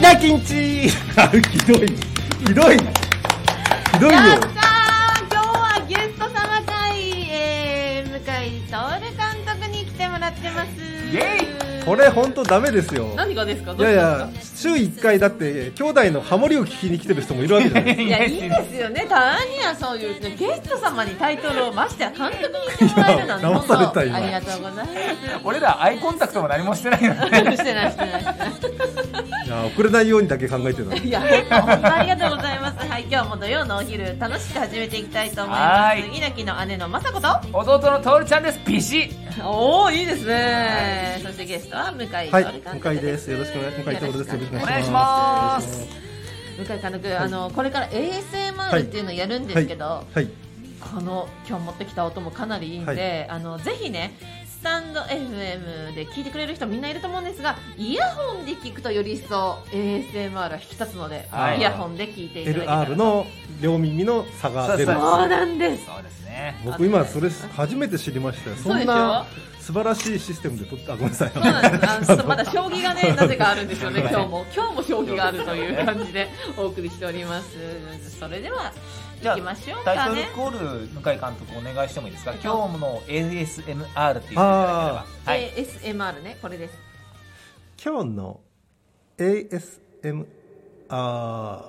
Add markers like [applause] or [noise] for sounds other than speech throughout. なきんちひどいひどいひどいやっよたー今日はゲスト様会、えー、向井徹監督に来てもらってますイェこれ本当ダメですよ何がですかいやいや週1回だって兄弟のハモリを聞きに来てる人もいるわけじゃないで [laughs] すいやいいですよねたまにはそういうねゲスト様にタイトルをましてや監督に言ってもらえるなんていや本当騙されたあり今がとうござい [laughs] 俺らアイコンタクトも何もしてないよね [laughs] ますしてないしてないしてないかいや遅れないようにだけ考えてたいや、本当ありがとうございます。はい、今日も土曜のお昼、楽しく始めていきたいと思いまはす。ーい稲城の姉の雅子と。弟のトールちゃんですピシおお、いいですね。そしてゲストは向井はい徹監督向井ですよろしくお願い向井徹ですよろしくおお願願いいししまます向井監督、あの、これから ASMR っていうのをやるんですけど、はいこの今日持ってきた音もかなりいいんで、はいあのぜひねスタンド FM で聞いてくれる人みんないると思うんですがイヤホンで聞くとより一層 ASMR が引き立つので、はいイヤホンで聞いていただけたら LR の両耳の差が出るそうそうなんですそうですね僕今それ初めて知りましたよそんな素晴らしいシステムで撮ったあごめんなさいそうなんですあのちょっとまだ将棋が [laughs] ねなぜかあるんですよね今日も今日も将棋があるという感じでお送りしておりますそれではじゃ行あきましょうタかイトルねコール向井監督お願いしてもいいですか今日の ASMR っていうあはい ASMR ねこれです今日の ASMR は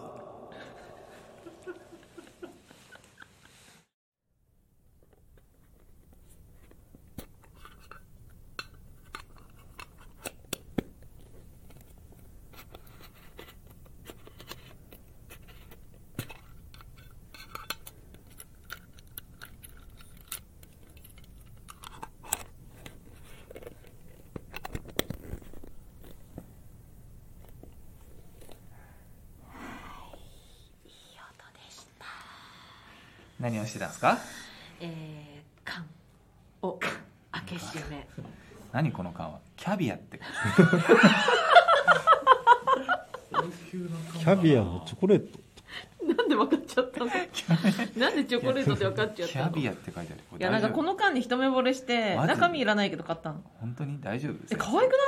何をしてたんですかえー、缶を開け閉め何この缶はキャビアってキャビアのチョコレートなんで分かっちゃったのなんでチョコレートで分かっちキゃったャのビいアって書いてあるやなんかこの缶に一目惚れしてマジ中身いらないけど買ったの本当に大丈夫ですえか可愛くない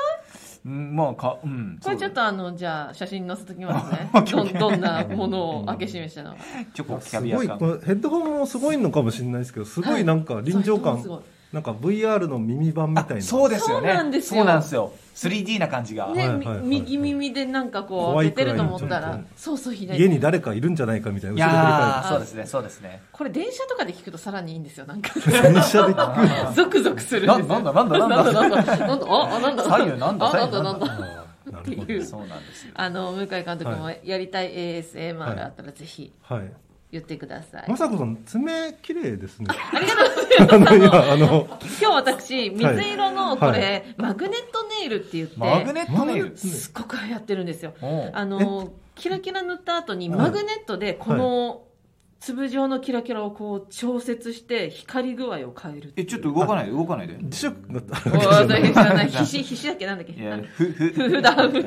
うんまあかうんこれちょっそとあのじゃあ写真載せときますねオッケーどオッケんーどんなものを開け閉めしたのかうチョコキすャビアごい缶このヘッドホンもすごいのかもしれないですけどすごいなんか臨場そうすご感いなんか VR の耳版みたいなそうですよねそうなんですよそうなんですよ 3D な感じが、ね、はいみはいはい右耳でなんかこう怖出いくてらいると思ったちょらっとそうそう左家に誰かいるんじゃないかみたいいなや後ーあそうですねそうですねこれ電車とかで聞くとさらにいいんですよなんかろで出たり電車で聞くゾクゾクするんなですよなんだなんだなんだ [laughs] なんだなんだなんだああなんだ左右なんだあ左なん右だなんだなって [laughs] るほいうそうなんですよあの向井監督もはやりたい ASMR はいあったらぜひどはい言ってください、まさこさん爪綺麗ですねありがとうございますあのい [laughs] やあの今日私水色のこれ、はマグネットネイルって言ってマグネットネイルすっごく流行ってるんですよおうあのキラキラ塗った後にはいマグネットでこの粒状のキラキラをこう調節して光り具合を変えるえちょっと動かないで動かないで磁石だった [laughs] おー大変知らな [laughs] いひしひしだっけなんだっけい [laughs] やふふ普段マグネ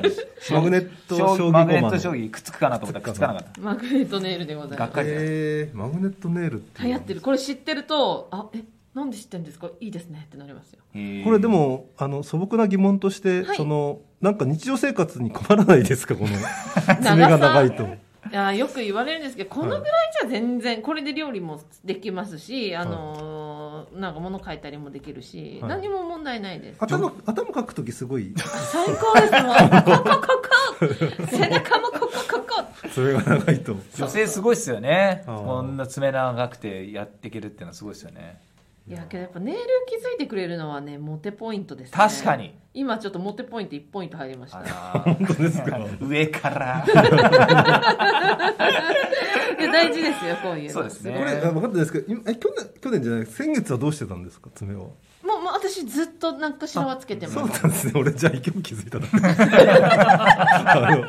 ット将棋マグネット将駒の棋くっつくかなと思ったらくっつかなかったマグネットネイルでございまがっかりだえーマグネットネイルってすいう流行ってるこれ知ってるとあえなんで知ってるんですかいいですねってなりますよへーこれでもあの素朴な疑問として、はいそのなんか日常生活に困らないですか [laughs] この爪長がさ長いといやよく言われるんですけどこのぐらいじゃ全然、これで料理もできますし、あのーなんか物変えたりもできるし、はい何も問題ないです頭頭かくときすごい [laughs] 最高 [laughs] ですもうここここ背中もここここ爪が長いと女性すごいっすよねあーこんな爪長くてやっていけるってのはすごいっすよねいやけどやっぱネイル気づいてくれるのはねモテポイントですね確かに今ちょっとモテポイント1ポイント入りましたで本当ですか [laughs] 上から大事ですよこういうのそうですねこれあ分かったですけど今え去年去年じゃない先月はどうしてたんですか爪はもうもう私ずっとなんかしらはつけてますそうなんですね俺じゃあ今日気づいたなあの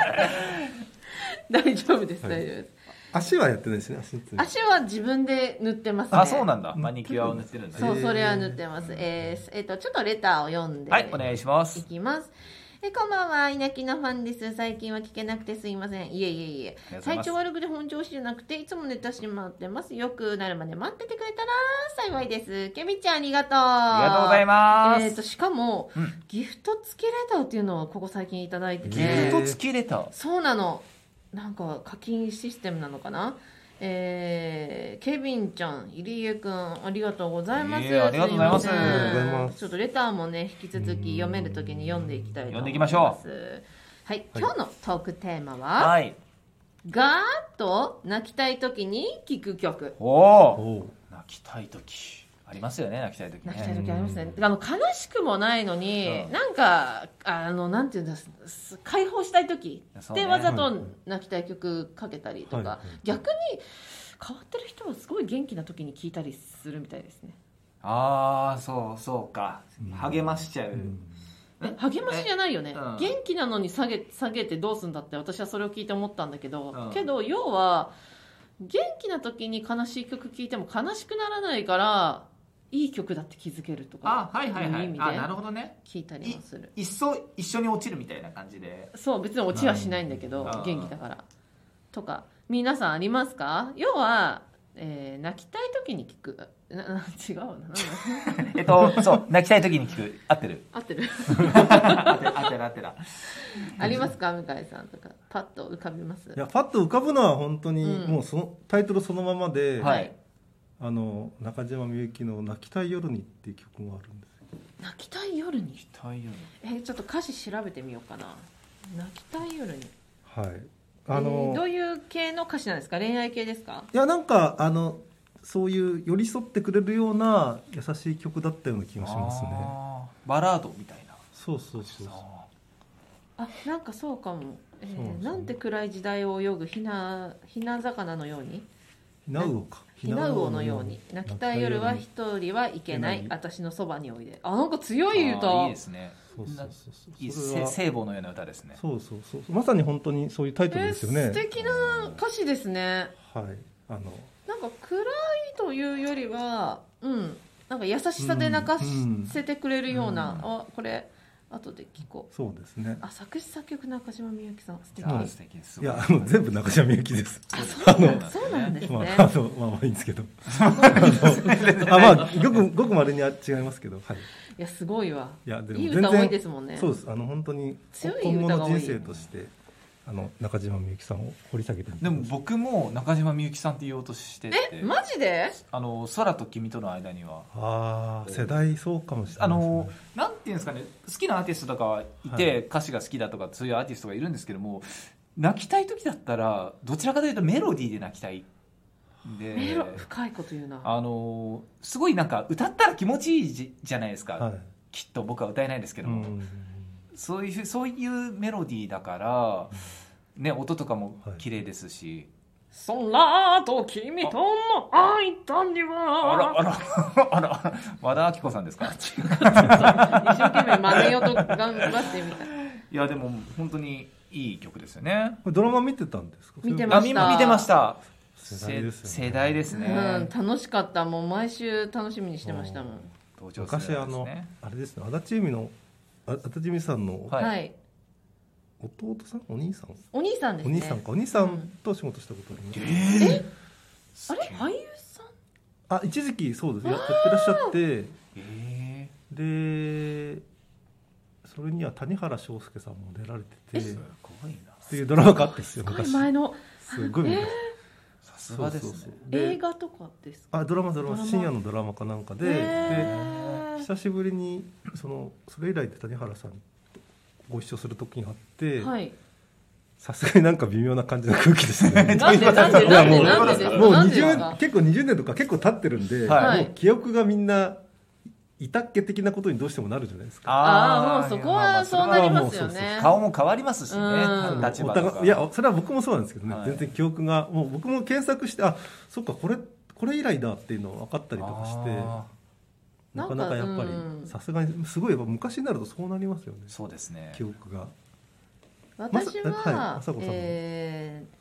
大丈夫ですはい大丈夫です、足はやってないですね足の爪足は自分で塗ってますねあそうなんだマニキュアを塗ってるんだそへう、ーそれは塗ってます。えーえーと、ちょっとレターを読んで。はいお願いしまいすきます。えこんばんは稲城のファンです最近は聞けなくてすいませんいえいえいえりがとうござ体います調悪くて本調子じゃなくていつも寝たしまってますよくなるまで待っててくれたら幸いですケミちゃんありがとうありがとうございまえー、とす。しかも、うんギフト付きレターっていうのをここ最近いただいててギフト付きレター。そうなのなんか課金システムなのかなえー、ケビンちゃん、入江くん、ありがとうございます。いえありがとうございますせんありとがうございますちょっとレターもね、引き続き読めるときに読んでいきたいと思います。読んでいきましょはい、今日のトークテーマは、はい。ガーッと泣きたいときに聴く曲。おお。おう泣きたい時ありますよね。泣きたい時泣きたいね。時ありますね。あの悲しくもないのに、うんなんかあのなんていうんです解放したい時そうで、ねわざはいと泣きたい曲かけたりとか、はいはい逆に変わってる人はすごい元気な時に聞いたりするみたいですね。ああ、そうそうか。励ましちゃう。え励ましじゃないよね、えうん元気なのに下げ下げてどうすんだって私はそれを聞いて思ったんだけど、うんけど要は元気な時に悲しい曲聴いても悲しくならないからいい曲だって気づけるとかあ、はいはいはいい意味い。であ、なるほどね。聞いたりもする。一層一緒に落ちるみたいな感じで。そう別に落ちはしないんだけどうん元気だからとか皆さんありますか要は、えー泣きたい時に聞くなな違うななんだ [laughs] えっと、そう、泣きたい時に聞く。合ってる。合ってる [laughs] 合ってる合ってる合ってる。 [laughs] ありますか向井さんとかパッと浮かびますいやパッと浮かぶのは本当に、うんもうそのタイトルそのままで、はい。あの中島みゆきの「泣きたい夜に」っていう曲もあるんですよ泣きたい夜に泣きたいよね。えちょっと歌詞調べてみようかな泣きたい夜にはいあの、えーどういう系の歌詞なんですか恋愛系ですかいやなんかあのそういう寄り添ってくれるような優しい曲だったような気がしますねあーバラードみたいな。そうそうそうそうあなんかそうかも、えーそうそうなんて暗い時代を泳ぐひなひな魚のようにひなうおかひなうおのように泣きたい夜は一人はいけない泣きたい夜に私のそばにおいであなんか強あい歌ーいいですね。そうそうそうそういいそれせは聖母のような歌ですね。そうそうそうまさに本当にそういうタイトルえーですよね素、敵な歌詞ですねはいあのなんか暗いというよりはうんなんか優しさで泣かせてくれるような、うんあこれ後で聞こうそうですねあ作詞作曲中島みゆきさん素敵あはーい素敵です。いやあの全部中島みゆきですああそうなんだのそうなんですまねあ、あのまあまあいいんですけ [laughs] どあまあごくごくまれには違いますけどはいいやすごいわいやでもいい全歌多いで然すもんねそうですあの本当に強い今後歌がの多い人生としてあの中島みゆきさんを掘り下げてみてでも僕も中島みゆきさんって言おうとしててえマジであの空と君との間にはああ世代そうかもしれなあいですねのなんていうんですかね好きなアーティストとかはいて、はい歌詞が好きだとかそういうアーティストがいるんですけども泣きたい時だったらどちらかというとメロディーで泣きたいんでメロ深いこと言うなあのすごいなんか歌ったら気持ちいいじじゃないですか、はいきっと僕は歌えないですけどうも、んそういうそういうメロディーだから、ね、音とかもはい綺麗ですし、空と君との間にあらはあらあらあら和田アキ子さんですか一生懸命真似ようと頑張ってみたいやでも本当にいい曲ですよね。これドラマ見てたんですか見てまあしみた見てました。世代ですよね世世代ですね。うん楽しかったもう毎週楽しみにしてましたもん登場す昔るあんですのね。あれですね足立由美のあ足立由美さんのはいはい弟さんお兄さんお兄さんですおね兄さんかお兄さんと仕事したことありますえあーれ俳優さんあ一時期そうですややってらっしゃってえでそれには谷原章介さんも出られててーすっごいな。ていうドラマがあったんですよすごい昔前のすごい昔さすがですね。そうそうそうで映画とかですかあドラマドラドラママ深夜のドラマかなんかででへー久しぶりにそのそれ以来で谷原さんとご一緒する時があってはいさすがになんか微妙な感じの空気ですねなんでなんでいやなんもでうなんでですかもうなんでですか20結構20年とか結構経ってるんで、はいもう記憶がみんないたっけ的なことにどうしてもなるじゃないですかああもーうそこいやまあまはあそうれなはりますよもうそうね顔も変わりますしねう。ん立場おとか。互いいやそれは僕もそうなんですけどね、はい全然記憶がもう僕も検索してあそっかこれこれ以来だっていうの分かったりとかしてあなかなかやっぱりなんかさすがにすごいやっぱ昔になるとそうなりますよねーそうですね記。憶が私は、まさはいあさこさんもえー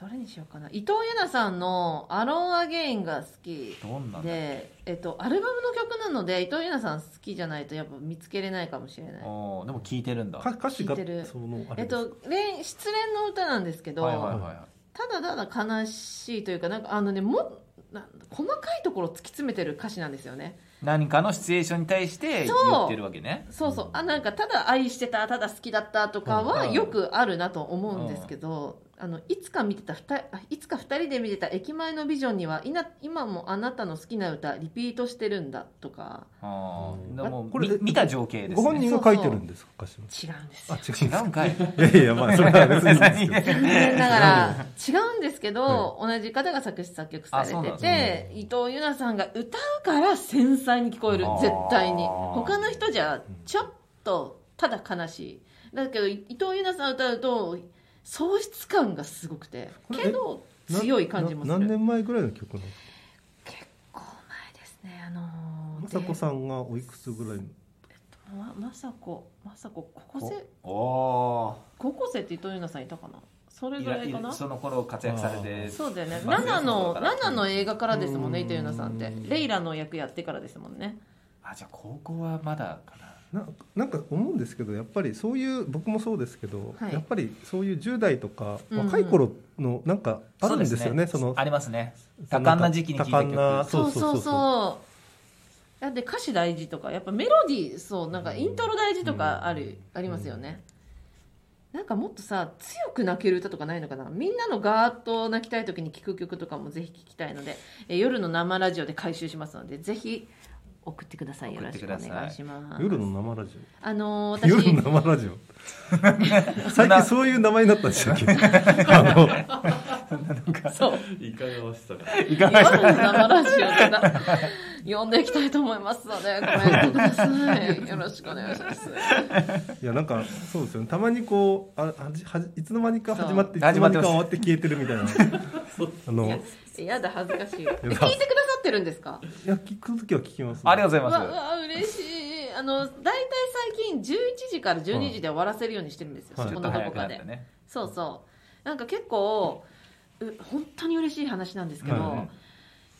どれにしようかな伊藤優奈さんの「アロン・アゲイン」が好きどんなんだで、えっと、アルバムの曲なので伊藤優奈さん好きじゃないとやっぱ見つけれないかもしれないおーでも聞いてるんだか歌詞が聞いてるそのあえれっですと、恋失恋の歌なんですけど、はいはいはいはただただ悲しいというかなんかあのねもなん細かいところを突き詰めてる歌詞なんですよねい何かのシチュエーションに対して言そうってるわけねそうそうあなんかただ愛してたただ好きだったとかはうんよくあるなと思うんですけど、あのいつか見てたふたあいつか2人で見てた「駅前のビジョン」にはいな今もあなたの好きな歌リピートしてるんだとかあうんーでもあこれみ見た情景ですねご本人が書いてるんですか歌詞は違うんですあよ違うんです違うんかいいやいや [laughs] まあそれは別にいいんですけど残念ながら違うんですけど、同じ方が作詞作曲されあそうなてんて、伊藤優奈さんが歌うから繊細に聞こえるあー絶対に他の人じゃちょっとただ悲しいだけど伊藤優奈さん歌うと喪失感がすごくてこれけど強い感じもすなな何る年前ぐらいの曲なんですか結構前ですねあの雅子さんがおいくつぐらいのんま雅子雅子高校生お [laughs] お高校生って伊藤優奈さんいたかなそれーいぐららいいかならその頃活躍されてそうだよね。まあ7の、そうだから7の映画からですもんうね、ん伊藤優奈さんって。レイラの役やってからですもんね。あじゃあ高校はまだかなななんか思うんですけどやっぱりそういう僕もそうですけど、はいやっぱりそういう10代とかうんうん若い頃のなんかあるんですよね、そのありますねそ多の感な時期に聴いた曲多感なそそううそそううそそううだって歌詞大事とか、やっぱメロディー、そう、なんかイントロ大事とかある、ありますよね。なんかもっとさ、強く泣ける歌とかないのかなみんなのガーッと泣きたい時に聴く曲とかもぜひ聴きたいので、えー夜の生ラジオで回収しますので、ぜひ送ってください。よろしくお願いします。夜の生ラジあのーオ私、夜の生ラジオ最近そういう名前になったんでしたっけあのそう。いかがわしさが夜の生ラジオでな呼んでいきたいと思いますので、コメントください。よろしくお願いします。いやなんかそうですよねたまにこうあはじはいつの間にか始まっていつそうの間にか終わって消えてるみたいなあのいいやや、やだ、恥ずかしい。え聞いてやくださってるんですか聞くときは聞きます、ありがとううごわ、ざいうまわ、嬉しい。あの、大体最近11時から12時で終わらせるようにしてるんですよ、はいそすちこょっとのど早こくなかっでた。ねそうそう。なんか結構、う本当に嬉しい話なんですけど、は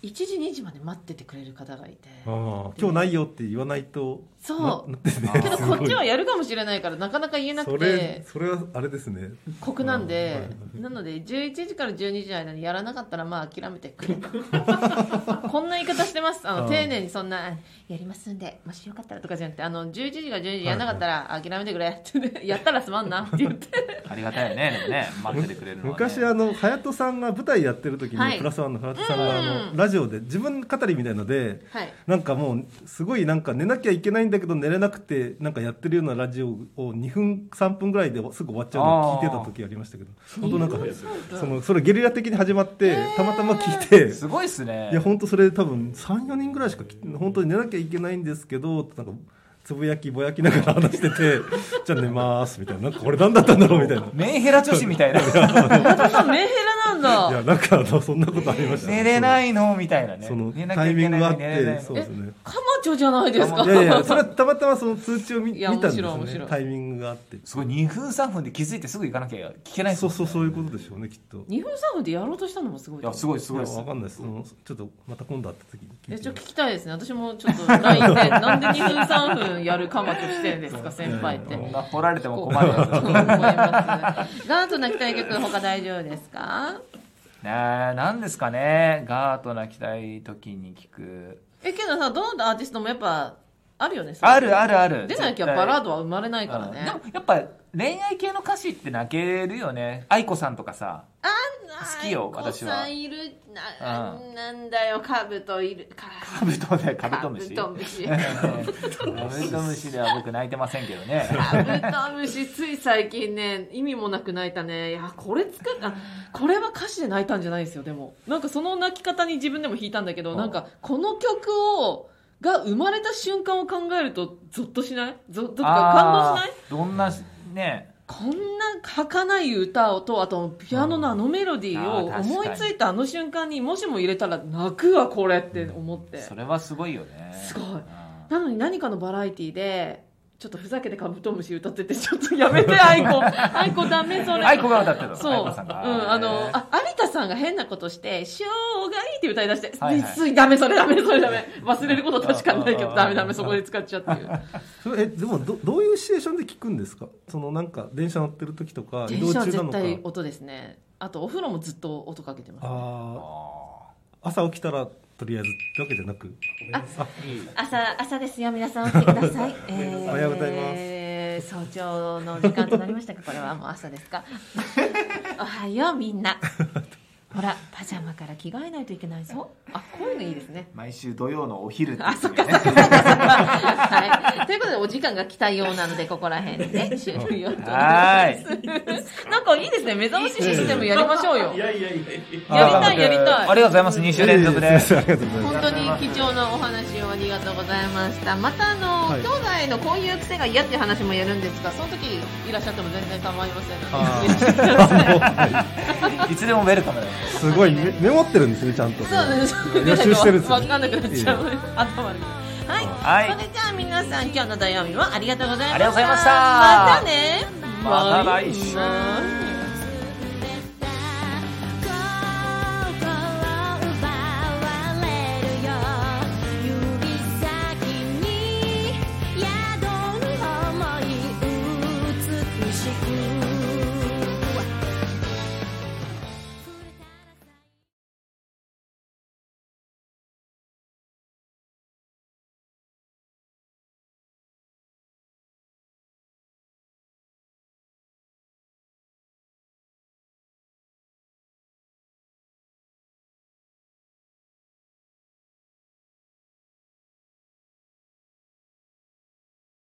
1時、2時まで待っててくれる方がいて。ああ今日ないよって言わないとそななってねあーけどこっちはやるかもしれないからなかなか言えなそくれてそれはあれですね酷なんで、うなので11時から12時の間にやらなかったらまあ諦めてくれと [laughs] こんな言い方してますあの、うん丁寧にそんなやりますんでもしよかったらとかじゃなくてあの11時から12時やらなかったら諦めてくれ [laughs] って、やったらすまんなって言ってありがたいよねでもね待っててくれるのは、ね、昔あの隼人さんが舞台やってる時に、はいプラスワンの隼人さんがあの、うんラジオで自分語りみたいのではいなんかもうすごいなんか寝なきゃいけないんだけど寝れなくてなんかやってるようなラジオを2分3分ぐらいですぐ終わっちゃうのを聞いてた時ありましたけど本当なんかそのそれゲリラ的に始まって、たまたま聞いてすごいっすねいや本当それ多分34人ぐらいしか来て本当に寝なきゃいけないんですけどなんかつぶやきぼやきながら話して [laughs] てじゃあ寝ますみたいななんかこれ何だったんだろうみたいな。メンヘラ女子みたいなあとメンヘラなんいやだなんかあのそんなことありました、寝れないいのみたいなねその寝なきゃタイいミけンないグがあのっに寝れなていのそうにですねカマチョじゃないですかいやいやそれはたまたまその通知を見いや見たんですよ面白い面ね白いタイミングがあってすごい2分3分で気づいてすぐ行かなきゃ聞けないっすそうもんそねうそういうことでしょうねきっと2分3分でやろうとしたのもすごいいやすごいすごいっいやすわかんないですそのちょっとまた今度会った時に聞えいちてょっと聞きたいですね私もちょっと LINE でなんで2分3分やるカマチョしてるんですか先輩ってそんな掘られてもこう困る [laughs] やつそう思います [laughs] ガート泣きたい曲他大丈夫ですかねえ何ですかねガート泣きたい時に聞くえけどさどのアーティストもやっぱあるよねそれあるあるある出なきゃバラードドは生まれないからねでもやっぱ恋愛系の歌詞って泣けるよね愛子さんとかさ好きよ私はあいこさんいるななんだよカブトいるかカブトでカブトムシカブトムシカブトムシでは僕泣いてませんけどねカブトムシ [laughs] つい最近ね意味もなく泣いたねいやこれ作ったこれは歌詞で泣いたんじゃないですよでもなんかその泣き方に自分でも弾いたんだけどあなんかこの曲をが生まれた瞬間を考えるとゾッとしないゾッとか感動しないあーどんなねこんな儚い歌をとあとピアノのあのメロディーをうんあー確思いかについたあの瞬間にもしも入れたら泣くわこれって思ってそれはすごいよねすごいうんなのに何かのバラエティでちょっとふざけてカブトムシ歌ってて、ちょっとやめて、アイ [laughs] コ。アイコダメ、それ。アイコが歌ってたのそう。アうん、イコさんがあの、あ、有田さんが変なことして、生涯って歌い出して、はいはいついダメ、それダメ、それダメ。忘れること確かないけあど、あダメダメ、そこで使っちゃうっていう。それえでもどどういうシチュエーションで聞くんですかそのなんか電車乗ってる時とか移電動車中なは絶のか対音ですね。あと、お風呂もずっと音かけてます。あーあ朝起きたらとりあえずってわけじゃなく朝朝ですよ皆さん起きてください、えー [laughs] おはようございますえー早朝の時間となりま [laughs] したかこれはもう朝ですかおはようみん [laughs] なほらパジャマから着替えないといけないぞあ、こういうのいいで [laughs] すね。ー毎週土曜のお昼ってあ、そっか、そっか、そっか。はい。ということで、お時間が来たようなので、ここら辺で終了ということではー [laughs] いなんかいいですね。目覚ましシステムやりましょうよ。やいやいややりたいやりたいありがとうございます2週連続いえいえで [laughs] すいませんありがとうございます本当に貴重なお話をありがとうございました。またあの、はい兄弟のこういう癖が嫌っていう話もやるんですが、その時いらっしゃっても全然構いませんあので。いつでもウェルカムですすごいメメモってるんですねちゃんとそうです。予習してるんですわかんなくなっちゃうい。頭に。はい。はいそれじゃあ皆さん今日の土曜日はありがとうございました。ありがとうございましたまたね。また来週バイバイ